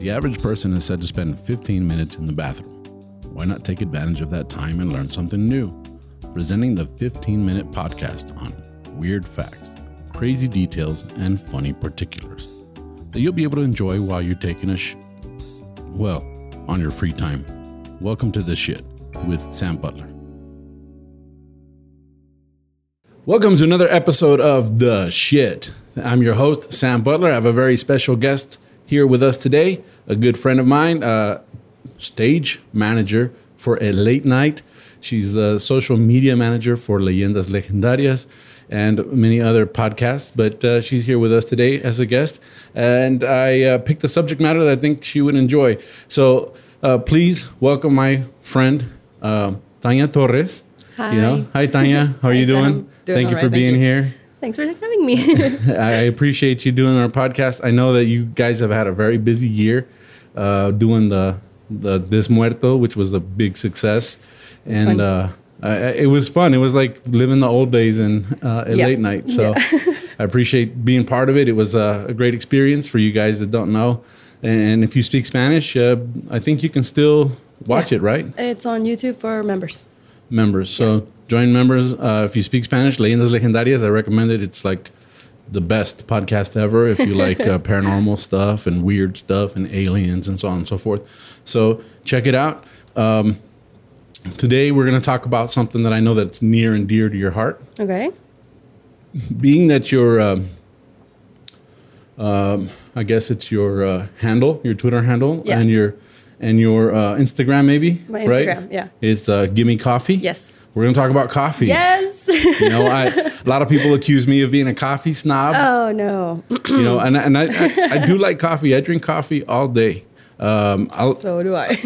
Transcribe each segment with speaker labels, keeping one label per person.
Speaker 1: The average person is said to spend 15 minutes in the bathroom. Why not take advantage of that time and learn something new? Presenting the 15 minute podcast on weird facts, crazy details, and funny particulars that you'll be able to enjoy while you're taking a sh. Well, on your free time. Welcome to The Shit with Sam Butler. Welcome to another episode of The Shit. I'm your host, Sam Butler. I have a very special guest here with us today, a good friend of mine, uh, stage manager for a late night. She's the social media manager for Leyendas Legendarias and many other podcasts, but uh, she's here with us today as a guest. And I uh, picked a subject matter that I think she would enjoy. So uh, please welcome my friend, uh, Tanya Torres. You know, hi, Tanya. How are you
Speaker 2: Hi,
Speaker 1: doing?
Speaker 2: Sam. Doing
Speaker 1: Thank
Speaker 2: all
Speaker 1: you for
Speaker 2: right, thank
Speaker 1: being
Speaker 2: you.
Speaker 1: here.
Speaker 2: Thanks for having me.
Speaker 1: I appreciate you doing our podcast. I know that you guys have had a very busy year uh, doing the the This Muerto, which was a big success, and
Speaker 2: fun.
Speaker 1: uh, I, I- it was fun. It was like living the old days in uh, at
Speaker 2: Yeah.
Speaker 1: late night. So I appreciate being part of it. It was a, a great experience for you guys that don't know. And if you speak Spanish, uh, I think you can still watch it, right?
Speaker 2: it's on YouTube for members.
Speaker 1: members. So join members. Uh, if you speak Spanish, Leyendas Legendarias, I recommend it. It's like the best podcast ever if you like uh, paranormal stuff and weird stuff and aliens and so on and so forth. So check it out. Um, today we're going to talk about something that I know that's near and dear to your heart.
Speaker 2: Okay.
Speaker 1: Being that your, um, um, I guess it's your uh, handle, your Twitter handle,
Speaker 2: Yeah.
Speaker 1: and your and your uh, Instagram maybe.
Speaker 2: My
Speaker 1: right?
Speaker 2: Instagram, yeah.
Speaker 1: It's uh, gimme coffee.
Speaker 2: Yes.
Speaker 1: We're going to talk about coffee.
Speaker 2: Yes.
Speaker 1: You know, I, a lot of people accuse me of being a coffee snob.
Speaker 2: oh no.
Speaker 1: you know, and I- and I, I, I do like coffee. I drink coffee all day. Um, I'll,
Speaker 2: so do I.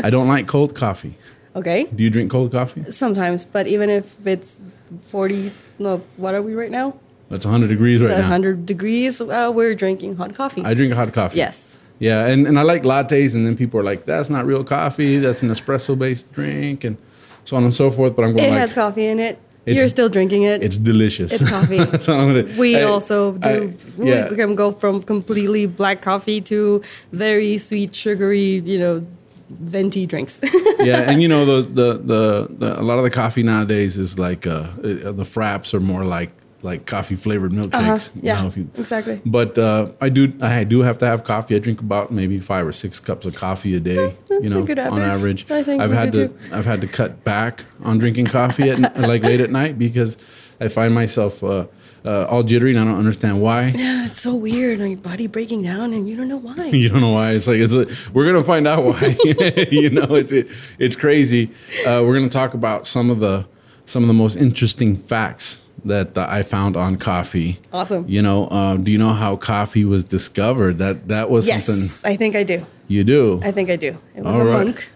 Speaker 1: I don't like cold coffee.
Speaker 2: okay.
Speaker 1: Do you drink cold coffee?
Speaker 2: Sometimes, but even if it's 40, no, what are we right now?
Speaker 1: It's 100 degrees right
Speaker 2: The
Speaker 1: now.
Speaker 2: 100 degrees, uh, we're drinking hot coffee.
Speaker 1: I drink hot coffee.
Speaker 2: yes.
Speaker 1: Yeah, and, and I like lattes, and then people are like, "That's not real coffee. That's an espresso based drink," and so on and so forth. But I'm going
Speaker 2: It
Speaker 1: like,
Speaker 2: has coffee in it.
Speaker 1: Oh It's-
Speaker 2: You're still drinking it.
Speaker 1: "It's delicious.
Speaker 2: It's coffee.
Speaker 1: That's what I'm gonna-
Speaker 2: we
Speaker 1: I-
Speaker 2: also
Speaker 1: I-
Speaker 2: do.
Speaker 1: yeah.
Speaker 2: We can go from completely black coffee to very sweet, sugary, you know, venti drinks.
Speaker 1: yeah, and you know the, the the the a lot of the coffee nowadays is like uh, uh the fraps are more like like coffee flavored milkshakes. you
Speaker 2: Uh-huh. yeah,
Speaker 1: know, if you-
Speaker 2: exactly.
Speaker 1: But uh, I do I do have to have coffee. I drink about maybe five or six cups of coffee a day. you
Speaker 2: that's a
Speaker 1: know,
Speaker 2: good
Speaker 1: on
Speaker 2: average.
Speaker 1: average.
Speaker 2: I think
Speaker 1: I've
Speaker 2: we
Speaker 1: had
Speaker 2: do
Speaker 1: to
Speaker 2: too.
Speaker 1: I've had to cut back on drinking coffee at n- like late at night because I find myself. Uh, uh, all jittery and I don't understand why.
Speaker 2: It's so weird, and your body breaking down, and you don't know why.
Speaker 1: You don't know why. It's like it's. Like, we're gonna find out why. you know, it's it, it's crazy. Uh, we're gonna talk about some of the some of the most interesting facts that uh, I found on coffee.
Speaker 2: Awesome.
Speaker 1: You know, uh, do you know how coffee was discovered? That that was
Speaker 2: Yes,
Speaker 1: something
Speaker 2: I think I do.
Speaker 1: you do.
Speaker 2: I think I do. It was
Speaker 1: All
Speaker 2: a
Speaker 1: right.
Speaker 2: monk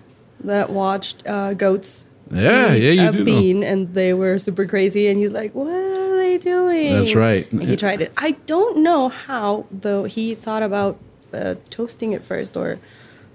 Speaker 2: that watched uh, goats.
Speaker 1: Yeah,
Speaker 2: eat
Speaker 1: yeah, you
Speaker 2: a
Speaker 1: do know.
Speaker 2: bean, and they were super crazy. And he's like, "What are they doing?"
Speaker 1: That's right.
Speaker 2: And he tried it. I don't know how though. He thought about uh, toasting it first, or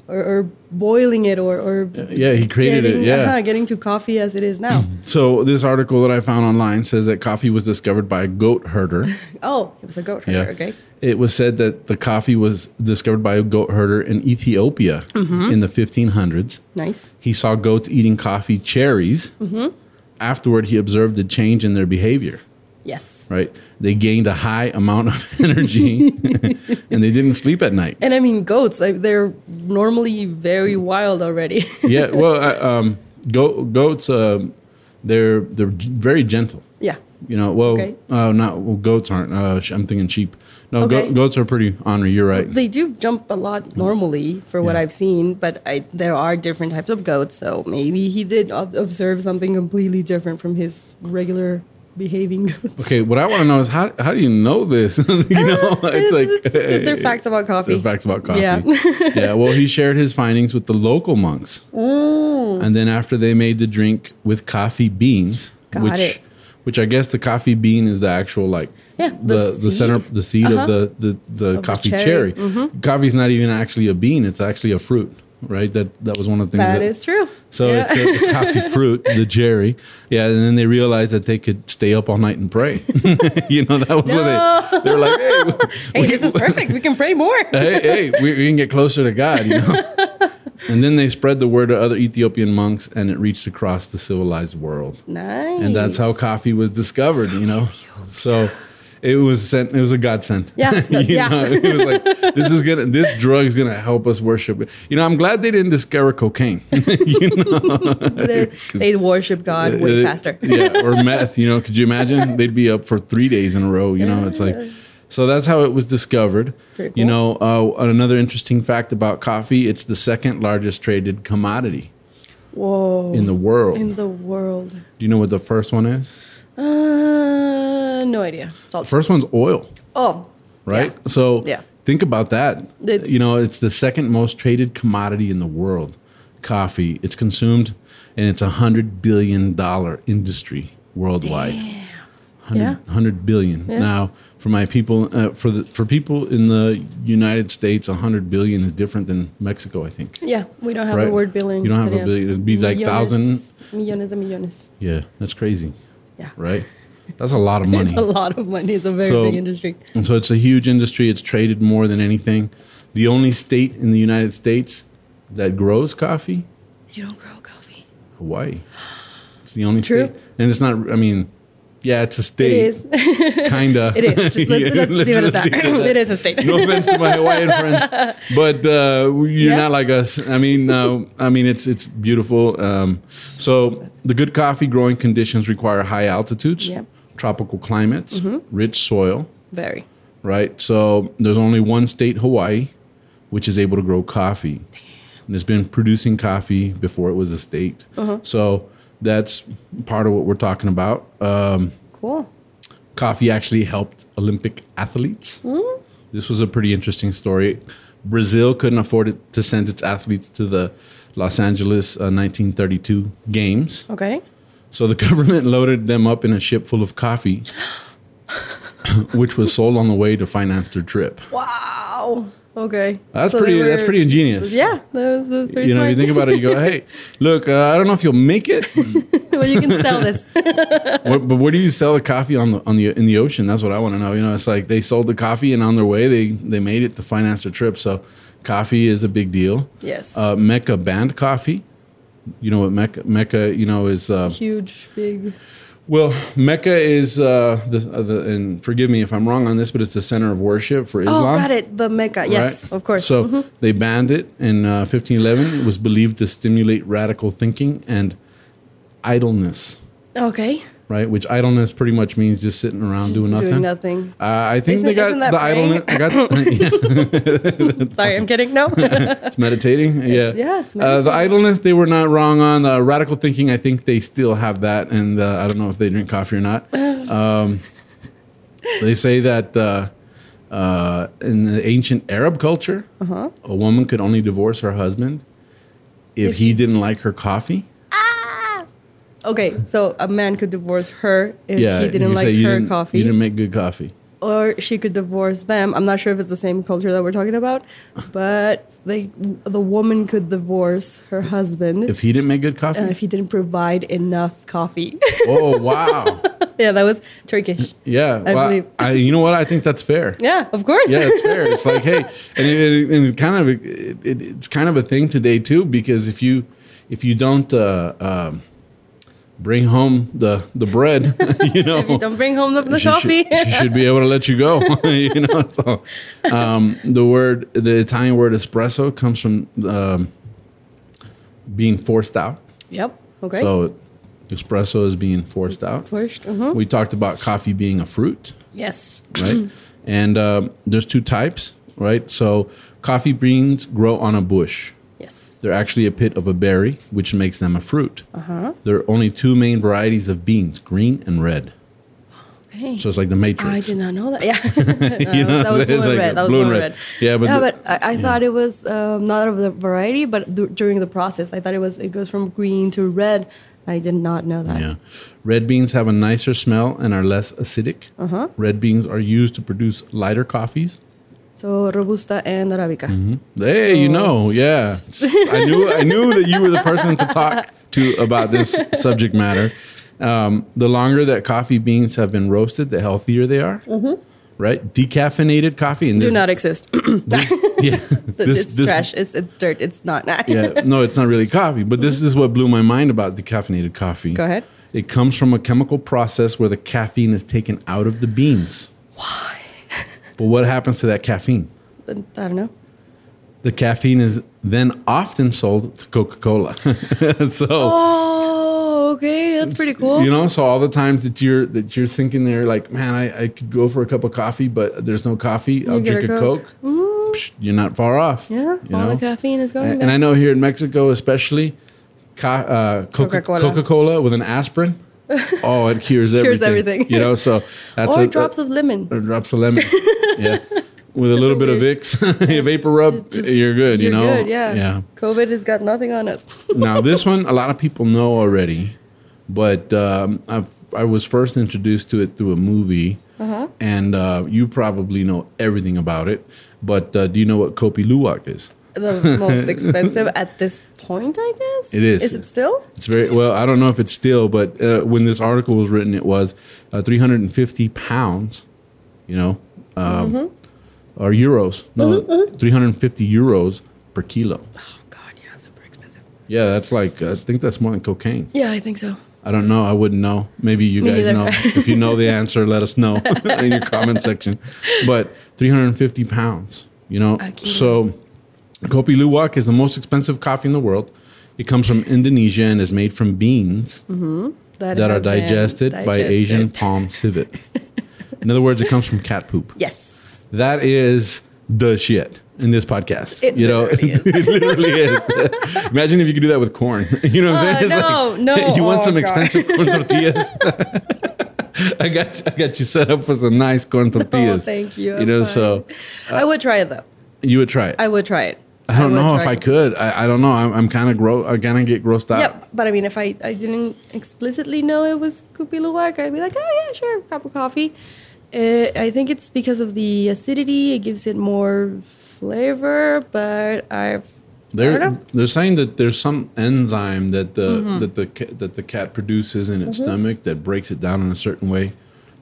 Speaker 2: or, or boiling it, or or
Speaker 1: Yeah, he created
Speaker 2: getting,
Speaker 1: it. Yeah. Mm-hmm.
Speaker 2: uh-huh, getting to coffee as it is now.
Speaker 1: So this article that I found online says that coffee was discovered by a goat herder.
Speaker 2: oh, it was a goat herder. Okay.
Speaker 1: It was said that the coffee was discovered by a goat herder in Ethiopia
Speaker 2: Mm-hmm.
Speaker 1: in the 1500s.
Speaker 2: Nice.
Speaker 1: He saw goats eating coffee cherries.
Speaker 2: Mm-hmm.
Speaker 1: Afterward, he observed a change in their behavior.
Speaker 2: Yes.
Speaker 1: Right, they gained a high amount of energy, and they didn't sleep at night.
Speaker 2: And I mean, goats, like, they're normally very wild already.
Speaker 1: yeah. Well, I, um, go, goats, um, they're they're g- very gentle.
Speaker 2: yeah.
Speaker 1: You know, well,
Speaker 2: Okay.
Speaker 1: uh, not well, goats aren't. Uh, sh- I'm thinking sheep. No,
Speaker 2: Okay.
Speaker 1: go, goats are pretty ornery. You're right.
Speaker 2: They do jump a lot normally for what
Speaker 1: Yeah.
Speaker 2: I've seen, but I, there are different types of goats. So maybe he did ob- observe something completely different from his regular behaving goats.
Speaker 1: Okay, what I want to know is how how do you know this? you know, Oh, it's, like
Speaker 2: it's- they're facts about coffee.
Speaker 1: They're facts about coffee.
Speaker 2: Yeah.
Speaker 1: yeah. Well, he shared his findings with the local monks,
Speaker 2: Mm.
Speaker 1: and then after they made the drink with coffee beans,
Speaker 2: Got
Speaker 1: which
Speaker 2: it.
Speaker 1: which I guess the coffee bean is the actual like
Speaker 2: Yeah,
Speaker 1: the
Speaker 2: the
Speaker 1: the,
Speaker 2: seed. Uh-huh.
Speaker 1: center the seed of the the, the coffee cherry.
Speaker 2: cherry. Mm-hmm.
Speaker 1: Coffee's not even actually a bean; it's actually a fruit. right? That that was one of the things.
Speaker 2: That is true.
Speaker 1: So
Speaker 2: Yeah.
Speaker 1: it's a, the coffee fruit, the Jerry. Yeah, and then they realized that they could stay up all night and pray. you know, that was what they they were like, hey, w-
Speaker 2: hey, this is perfect. We can pray more.
Speaker 1: hey, hey, we, we can get closer to God. You know. and then they spread the word to other Ethiopian monks, and it reached across the civilized world
Speaker 2: nice.
Speaker 1: and that's how coffee was discovered. You know, so it was sent. It was a godsend.
Speaker 2: oh, Yeah,
Speaker 1: you
Speaker 2: yeah.
Speaker 1: Know? It was like this is gonna this drug's gonna help us worship. You know, I'm glad they didn't discover cocaine.
Speaker 2: they, they worship God way faster.
Speaker 1: Uh, yeah, or meth. You know, could you imagine? They'd be up for three days in a row. You know, it's like. So that's how it was discovered.
Speaker 2: Pretty
Speaker 1: You
Speaker 2: cool.
Speaker 1: know, uh, another interesting fact about coffee: it's the second largest traded commodity
Speaker 2: Whoa.
Speaker 1: in the world.
Speaker 2: In the world.
Speaker 1: Do you know what the first one is?
Speaker 2: Uh, no idea. Salt.
Speaker 1: First one's oil.
Speaker 2: oh,
Speaker 1: right? So
Speaker 2: Yeah.
Speaker 1: think about that.
Speaker 2: It's-
Speaker 1: you know, it's the second most traded commodity in the world, coffee. It's consumed and it's a hundred billion dollar industry worldwide. 100,
Speaker 2: Yeah.
Speaker 1: 100 billion.
Speaker 2: Yeah.
Speaker 1: Now, for my people, uh, for the for people in the United States, 100 billion is different than Mexico, I think.
Speaker 2: yeah. We don't have
Speaker 1: Right.
Speaker 2: a word billing.
Speaker 1: You don't have a
Speaker 2: Yeah.
Speaker 1: billion. It'd be like
Speaker 2: Millones-
Speaker 1: thousand.
Speaker 2: Millones and millones.
Speaker 1: Yeah, that's crazy,
Speaker 2: Yeah.
Speaker 1: right? That's a lot of money.
Speaker 2: It's a lot of money. It's a very
Speaker 1: So-
Speaker 2: big industry.
Speaker 1: And so it's a huge industry. It's traded more than anything. The only state in the United States that grows coffee,
Speaker 2: You don't grow coffee.
Speaker 1: Hawaii. It's the only
Speaker 2: True.
Speaker 1: state. And it's not, I mean, yeah, it's a
Speaker 2: It
Speaker 1: state.
Speaker 2: is.
Speaker 1: Kinda.
Speaker 2: It is. Just let's, let's leave it at that. it is a state.
Speaker 1: No offense to my Hawaiian friends, but uh, you're
Speaker 2: Yeah.
Speaker 1: not like us. I mean, uh, I mean, it's it's beautiful. Um, so the good coffee growing conditions require high altitudes,
Speaker 2: Yep. Mm-hmm.
Speaker 1: tropical climates, rich soil,
Speaker 2: Very.
Speaker 1: right? So there's only one state, Hawaii, which is able to grow coffee, and it's been producing coffee before it was a state. So that's part of what we're talking about. Um,
Speaker 2: Cool.
Speaker 1: coffee actually helped Olympic athletes. This was a pretty interesting story. Brazil couldn't afford it to send its athletes to the Los Angeles uh, 1932 games.
Speaker 2: Okay.
Speaker 1: So the government loaded them up in a ship full of coffee, which was sold on the way to finance their trip.
Speaker 2: Wow. Okay.
Speaker 1: That's
Speaker 2: So they
Speaker 1: pretty. that's
Speaker 2: were-
Speaker 1: pretty ingenious.
Speaker 2: Yeah, that was, that was pretty
Speaker 1: You know,
Speaker 2: smart.
Speaker 1: you think about it. You go, hey, look, uh, I don't know if you'll make it,
Speaker 2: well, you can sell this.
Speaker 1: what, but where do you sell the coffee on the on the in the ocean? That's what I want to know. You know, it's like they sold the coffee, and on their way, they they made it to finance their trip. So, coffee is a big deal.
Speaker 2: Yes.
Speaker 1: Uh, Mecca banned coffee. You know what Mecca Mecca you know is uh,
Speaker 2: Huge, big.
Speaker 1: well Mecca is uh, the, uh, the and forgive me if I'm wrong on this, but it's the center of worship for
Speaker 2: Oh,
Speaker 1: Islam.
Speaker 2: got it. The Mecca. Yes,
Speaker 1: right?
Speaker 2: of course. Mm-hmm.
Speaker 1: So they banned it in uh, 1511. It was believed to stimulate radical thinking and idleness,
Speaker 2: okay.
Speaker 1: right? Which idleness pretty much means just sitting around doing nothing.
Speaker 2: Doing nothing.
Speaker 1: Uh, I think
Speaker 2: Isn't-
Speaker 1: they got
Speaker 2: isn't that
Speaker 1: the
Speaker 2: praying?
Speaker 1: idleness. I got yeah,
Speaker 2: Sorry, I'm kidding. No.
Speaker 1: it's meditating. Yeah,
Speaker 2: yeah, it's
Speaker 1: Uh, the
Speaker 2: meditating.
Speaker 1: idleness they were not wrong on. The radical thinking, I think they still have that, and uh, I don't know if they drink coffee or not. Um, they say that uh, uh, in the ancient Arab culture,
Speaker 2: Uh-huh.
Speaker 1: a woman could only divorce her husband if he didn't like her coffee.
Speaker 2: okay, so a man could divorce her if
Speaker 1: Yeah,
Speaker 2: he didn't
Speaker 1: you say
Speaker 2: like
Speaker 1: you
Speaker 2: her
Speaker 1: didn't-
Speaker 2: coffee,
Speaker 1: You didn't make good coffee.
Speaker 2: or she could divorce them. I'm not sure if it's the same culture that we're talking about, but they, the woman could divorce her husband if,
Speaker 1: If he didn't make good coffee,
Speaker 2: uh, if he didn't provide enough coffee.
Speaker 1: oh wow,
Speaker 2: yeah, that was Turkish.
Speaker 1: yeah.
Speaker 2: I
Speaker 1: well,
Speaker 2: believe.
Speaker 1: I, you know what? I think that's fair.
Speaker 2: Yeah, of course.
Speaker 1: yeah, it's fair. It's like, hey, and it, and it kind of it, it, it's kind of a thing today too because if you if you don't uh, um, bring home the the bread, you know,
Speaker 2: Don't bring home the, the
Speaker 1: she
Speaker 2: coffee.
Speaker 1: should, she should be able to let you go. you know, so um, the word the Italian word espresso comes from um, being forced out.
Speaker 2: yep. Okay.
Speaker 1: So espresso is being forced out.
Speaker 2: First. mhm.
Speaker 1: We talked about coffee being a fruit
Speaker 2: Yes.
Speaker 1: right? and um, there's two types, right? So coffee beans grow on a bush.
Speaker 2: Yes.
Speaker 1: They're actually a pit of a berry, which makes them a fruit. Uh-huh. There are only two main varieties of beans, green and red.
Speaker 2: Okay.
Speaker 1: So it's like the matrix.
Speaker 2: I did not know that. Yeah, that was
Speaker 1: it's
Speaker 2: blue and
Speaker 1: like
Speaker 2: red. That was
Speaker 1: blue and
Speaker 2: blue and
Speaker 1: red.
Speaker 2: red.
Speaker 1: Yeah, but the-
Speaker 2: I, I thought it was um, not of the variety, but d- during the process, I thought it was it goes from green to red. I did not know that.
Speaker 1: Yeah. Red beans have a nicer smell and are less acidic. Uh-huh. Red beans are used to produce lighter coffees.
Speaker 2: So Robusta and Arabica.
Speaker 1: Mm-hmm. Hey, you know, yeah. I knew I knew that you were the person to talk to about this subject matter. Um, the longer that coffee beans have been roasted, the healthier they are. Right? Decaffeinated coffee and
Speaker 2: Mm-hmm. Do
Speaker 1: this,
Speaker 2: not exist.
Speaker 1: this- yeah, this-
Speaker 2: it's
Speaker 1: this-
Speaker 2: trash. It's, it's dirt. It's not.
Speaker 1: Yeah, no, it's not really coffee, but this is what blew my mind about decaffeinated coffee.
Speaker 2: Go ahead.
Speaker 1: It comes from a chemical process where the caffeine is taken out of the beans. Why? But what happens to that caffeine?
Speaker 2: I don't know.
Speaker 1: The caffeine is then often sold to Coca Cola. so
Speaker 2: Oh, okay. That's pretty cool.
Speaker 1: You know, so all the times that you're that you're thinking there, like, man, I, I could go for a cup of coffee, but there's no coffee. I'll
Speaker 2: get
Speaker 1: drink a
Speaker 2: a
Speaker 1: Coke.
Speaker 2: Coke.
Speaker 1: Psh, you're not far off.
Speaker 2: yeah.
Speaker 1: you
Speaker 2: all
Speaker 1: know.
Speaker 2: the caffeine is going
Speaker 1: and,
Speaker 2: there.
Speaker 1: and I know here in Mexico, especially, co- uh, Coca
Speaker 2: Coca-Cola.
Speaker 1: Cola with an aspirin. oh, it cures everything.
Speaker 2: Cures everything.
Speaker 1: You know, so that's
Speaker 2: or
Speaker 1: a,
Speaker 2: drops of lemon.
Speaker 1: or drops of lemon. yeah. With a little bit of
Speaker 2: weird.
Speaker 1: Vicks, a vapor rub,
Speaker 2: Just- just-
Speaker 1: you're good. you know,
Speaker 2: good, yeah.
Speaker 1: yeah
Speaker 2: COVID has got nothing on us.
Speaker 1: now this one a lot of people know already but um, I've, i was first introduced to it through a movie and uh, you probably know everything about it but uh, do you know what kopi luwak is
Speaker 2: the most expensive at this point, I guess.
Speaker 1: It is.
Speaker 2: Is it still?
Speaker 1: it's very well i don't know if it's still but uh, when this article was written it was uh, 350 pounds you know um, or euros no 350 euros per kilo
Speaker 2: Oh God, yeah, super expensive.
Speaker 1: yeah that's like uh, i think that's more than cocaine
Speaker 2: Yeah, I think so.
Speaker 1: I don't know. I wouldn't know. Maybe you
Speaker 2: Me
Speaker 1: guys
Speaker 2: neither.
Speaker 1: know. if you know the answer, let us know in your comment section. But 350 pounds, you know.
Speaker 2: A kilo.
Speaker 1: So Kopi Luwak is the most expensive coffee in the world. It comes from Indonesia and is made from beans that are
Speaker 2: have been
Speaker 1: digested, by Asian
Speaker 2: digested.
Speaker 1: palm civet. in other words, it comes from cat poop.
Speaker 2: Yes.
Speaker 1: That is the shit in this podcast.
Speaker 2: It
Speaker 1: you know,
Speaker 2: literally is.
Speaker 1: it literally is. Imagine if you could do that with corn. You know what I'm
Speaker 2: Uh,
Speaker 1: saying?
Speaker 2: no, no.
Speaker 1: You want
Speaker 2: Oh,
Speaker 1: some
Speaker 2: God.
Speaker 1: expensive corn tortillas? I got I got you set up for some nice corn tortillas.
Speaker 2: Oh, thank you.
Speaker 1: You
Speaker 2: I'm
Speaker 1: know,
Speaker 2: fine.
Speaker 1: so
Speaker 2: I would try it though.
Speaker 1: you would try it. I,
Speaker 2: I would try it.
Speaker 1: don't
Speaker 2: would
Speaker 1: know if
Speaker 2: try
Speaker 1: I
Speaker 2: it.
Speaker 1: could. uh, I, I don't know. I'm, I'm kind of gross. I kind of get grossed out.
Speaker 2: Yep, but I mean, if I, I didn't explicitly know it was Kupi Luwak, I'd be like, oh yeah, sure, cup of coffee. Uh, I think it's because of the acidity; it gives it more flavor. But I've I don't
Speaker 1: They're
Speaker 2: know. Mm-hmm.
Speaker 1: they're saying that there's some enzyme that the that the ca- that the cat produces in its stomach that breaks it down in a certain way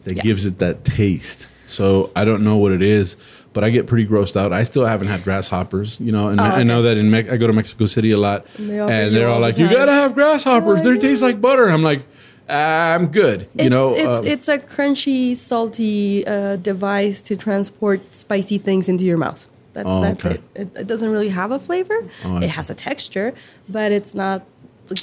Speaker 1: that gives it that taste. So I don't know what it is, but I get pretty grossed out. I still haven't had grasshoppers, you know, and I I know that in Me- I go to Mexico City a lot, and,
Speaker 2: Oh, they offer
Speaker 1: they
Speaker 2: you
Speaker 1: are all,
Speaker 2: all the
Speaker 1: like, "You
Speaker 2: time."
Speaker 1: gotta have grasshoppers.
Speaker 2: Oh,
Speaker 1: they taste like butter." I'm like, "I'm good," you
Speaker 2: it's,
Speaker 1: know.
Speaker 2: it's,
Speaker 1: um,
Speaker 2: it's a crunchy, salty uh, device to transport spicy things into your mouth. That,
Speaker 1: Oh,
Speaker 2: that's
Speaker 1: okay.
Speaker 2: it. it. It doesn't really have a flavor.
Speaker 1: Oh, I
Speaker 2: it
Speaker 1: see.
Speaker 2: has a texture, but it's not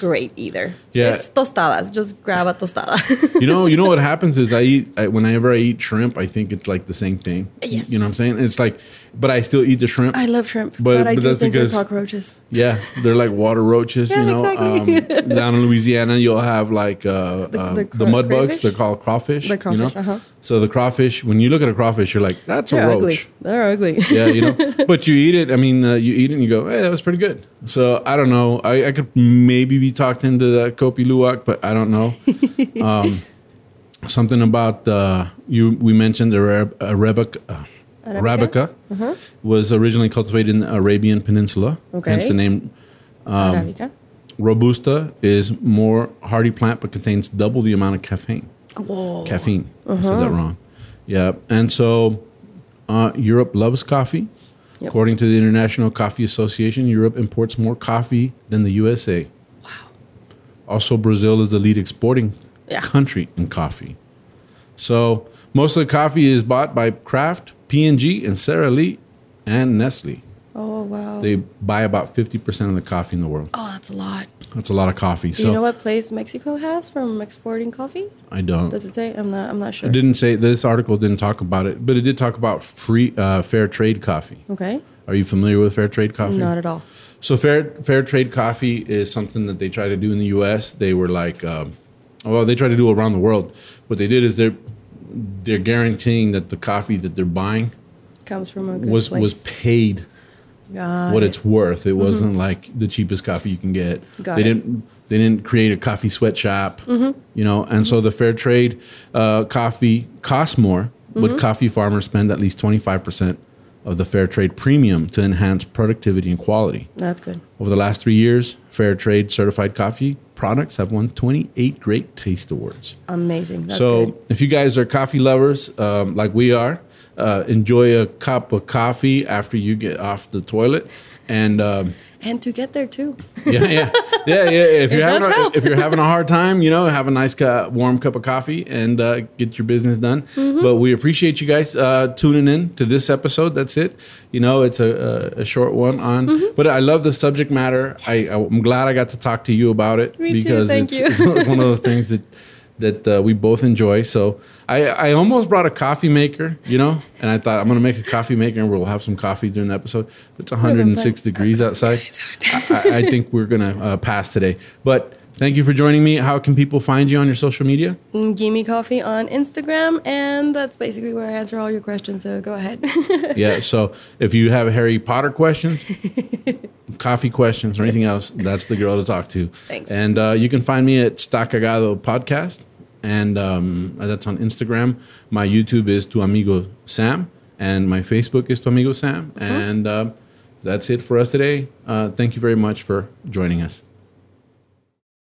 Speaker 2: great either.
Speaker 1: Yeah.
Speaker 2: It's tostadas. Just grab a tostada.
Speaker 1: you know, you know what happens is I eat I, whenever I eat shrimp, I think it's like the same thing.
Speaker 2: Yes.
Speaker 1: you know what I'm saying. It's like, but I still eat the shrimp.
Speaker 2: I love shrimp,
Speaker 1: But-
Speaker 2: but, I
Speaker 1: but
Speaker 2: do
Speaker 1: that's
Speaker 2: think they're
Speaker 1: because-
Speaker 2: cockroaches.
Speaker 1: Yeah, they're like water roaches,
Speaker 2: Yeah,
Speaker 1: you know.
Speaker 2: exactly.
Speaker 1: Um, down in Louisiana, you'll have like uh, the,
Speaker 2: The-
Speaker 1: um, the,
Speaker 2: the cra-
Speaker 1: mud bugs.
Speaker 2: crayfish?
Speaker 1: They're called crawfish.
Speaker 2: The crawfish,
Speaker 1: You know?
Speaker 2: uh-huh.
Speaker 1: So the crawfish, when you look at a crawfish, you're like, that's a
Speaker 2: They're
Speaker 1: roach.
Speaker 2: ugly. They're ugly.
Speaker 1: Yeah, you know. but you eat it. I mean, uh, you eat it and you go, hey, that was pretty good. So I don't know. I, I could maybe be talked into the Kopi Luwak, but I don't know. um, something about uh, you. We mentioned Arab, Arabica. Uh,
Speaker 2: Arabica? Uh-huh.
Speaker 1: Arabica was originally cultivated in the Arabian Peninsula,
Speaker 2: Okay.
Speaker 1: hence the name um,
Speaker 2: Arabica.
Speaker 1: Robusta is more hardy plant but contains double the amount of caffeine.
Speaker 2: Whoa.
Speaker 1: Caffeine. I said
Speaker 2: Uh-huh.
Speaker 1: that wrong. Yeah. And so uh, Europe loves coffee.
Speaker 2: Yep.
Speaker 1: According to the International Coffee Association, Europe imports more coffee than the USA. Wow. Also, Brazil is the lead exporting
Speaker 2: Yeah.
Speaker 1: country in coffee. So most of the coffee is bought by Kraft, P&G, and Sara Lee and Nestle.
Speaker 2: Oh wow.
Speaker 1: They buy about 50% of the coffee in the world.
Speaker 2: oh, that's a lot.
Speaker 1: That's a lot of coffee.
Speaker 2: Do
Speaker 1: so
Speaker 2: you know what place Mexico has from exporting coffee?
Speaker 1: I don't.
Speaker 2: Does it say? I'm not. I'm not sure.
Speaker 1: It didn't say this article didn't talk about it, but it did talk about free uh, fair trade coffee.
Speaker 2: okay.
Speaker 1: Are you familiar with fair trade coffee?
Speaker 2: Not at all.
Speaker 1: So fair fair trade coffee is something that they try to do in the U.S. They were like, um, well, they try to do around the world. What they did is they're they're guaranteeing that the coffee that they're buying
Speaker 2: Comes from a good
Speaker 1: was
Speaker 2: place.
Speaker 1: was paid
Speaker 2: Got
Speaker 1: what
Speaker 2: it. Mm-hmm.
Speaker 1: it's worth. It wasn't like the cheapest coffee you can get.
Speaker 2: Got
Speaker 1: they
Speaker 2: it. Mm-hmm.
Speaker 1: didn't they didn't create a coffee sweatshop, you know. And so the fair
Speaker 2: Mm-hmm.
Speaker 1: trade uh, coffee costs more, but coffee farmers spend at least twenty five percent of the Fair Trade Premium to enhance productivity and quality.
Speaker 2: That's good.
Speaker 1: Over the last three years, Fair Trade certified coffee products have won 28 great taste awards.
Speaker 2: Amazing. That's
Speaker 1: so,
Speaker 2: good.
Speaker 1: if you guys are coffee lovers um, like we are, uh, enjoy a cup of coffee after you get off the toilet. And um,
Speaker 2: And to get there too.
Speaker 1: yeah, yeah, yeah, yeah. If you're having
Speaker 2: does
Speaker 1: a,
Speaker 2: help.
Speaker 1: if you're having a hard time, you know, have a nice cu- warm cup of coffee and uh, get your business done.
Speaker 2: Mm-hmm.
Speaker 1: But we appreciate you guys uh, tuning in to this episode. That's it. You know, it's a, a, a short one on,
Speaker 2: Mm-hmm.
Speaker 1: but I love the subject matter. I, I'm glad I got to talk to you about it
Speaker 2: Me too, thank
Speaker 1: it's,
Speaker 2: you.
Speaker 1: it's one- it's one of those things that that uh, we both enjoy. So I, I almost brought a coffee maker, you know, and I thought I'm gonna make a coffee maker and we'll have some coffee during the episode. But it's 106 degrees outside. I, I I think we're gonna uh, pass today. But thank you for joining me. How can people find you on your social media?
Speaker 2: Mm, Gimme Coffee on Instagram, and that's basically where I answer all your questions. So go ahead.
Speaker 1: Yeah. So if you have Harry Potter questions, coffee questions, or anything else, that's the girl to talk to.
Speaker 2: Thanks.
Speaker 1: And uh, you can find me at Stacagado Podcast, and um, that's on Instagram. My YouTube is Tu Amigo Sam, and my Facebook is Tu Uh, Amigo Sam. And um that's it for us today. Uh, thank you very much for joining us.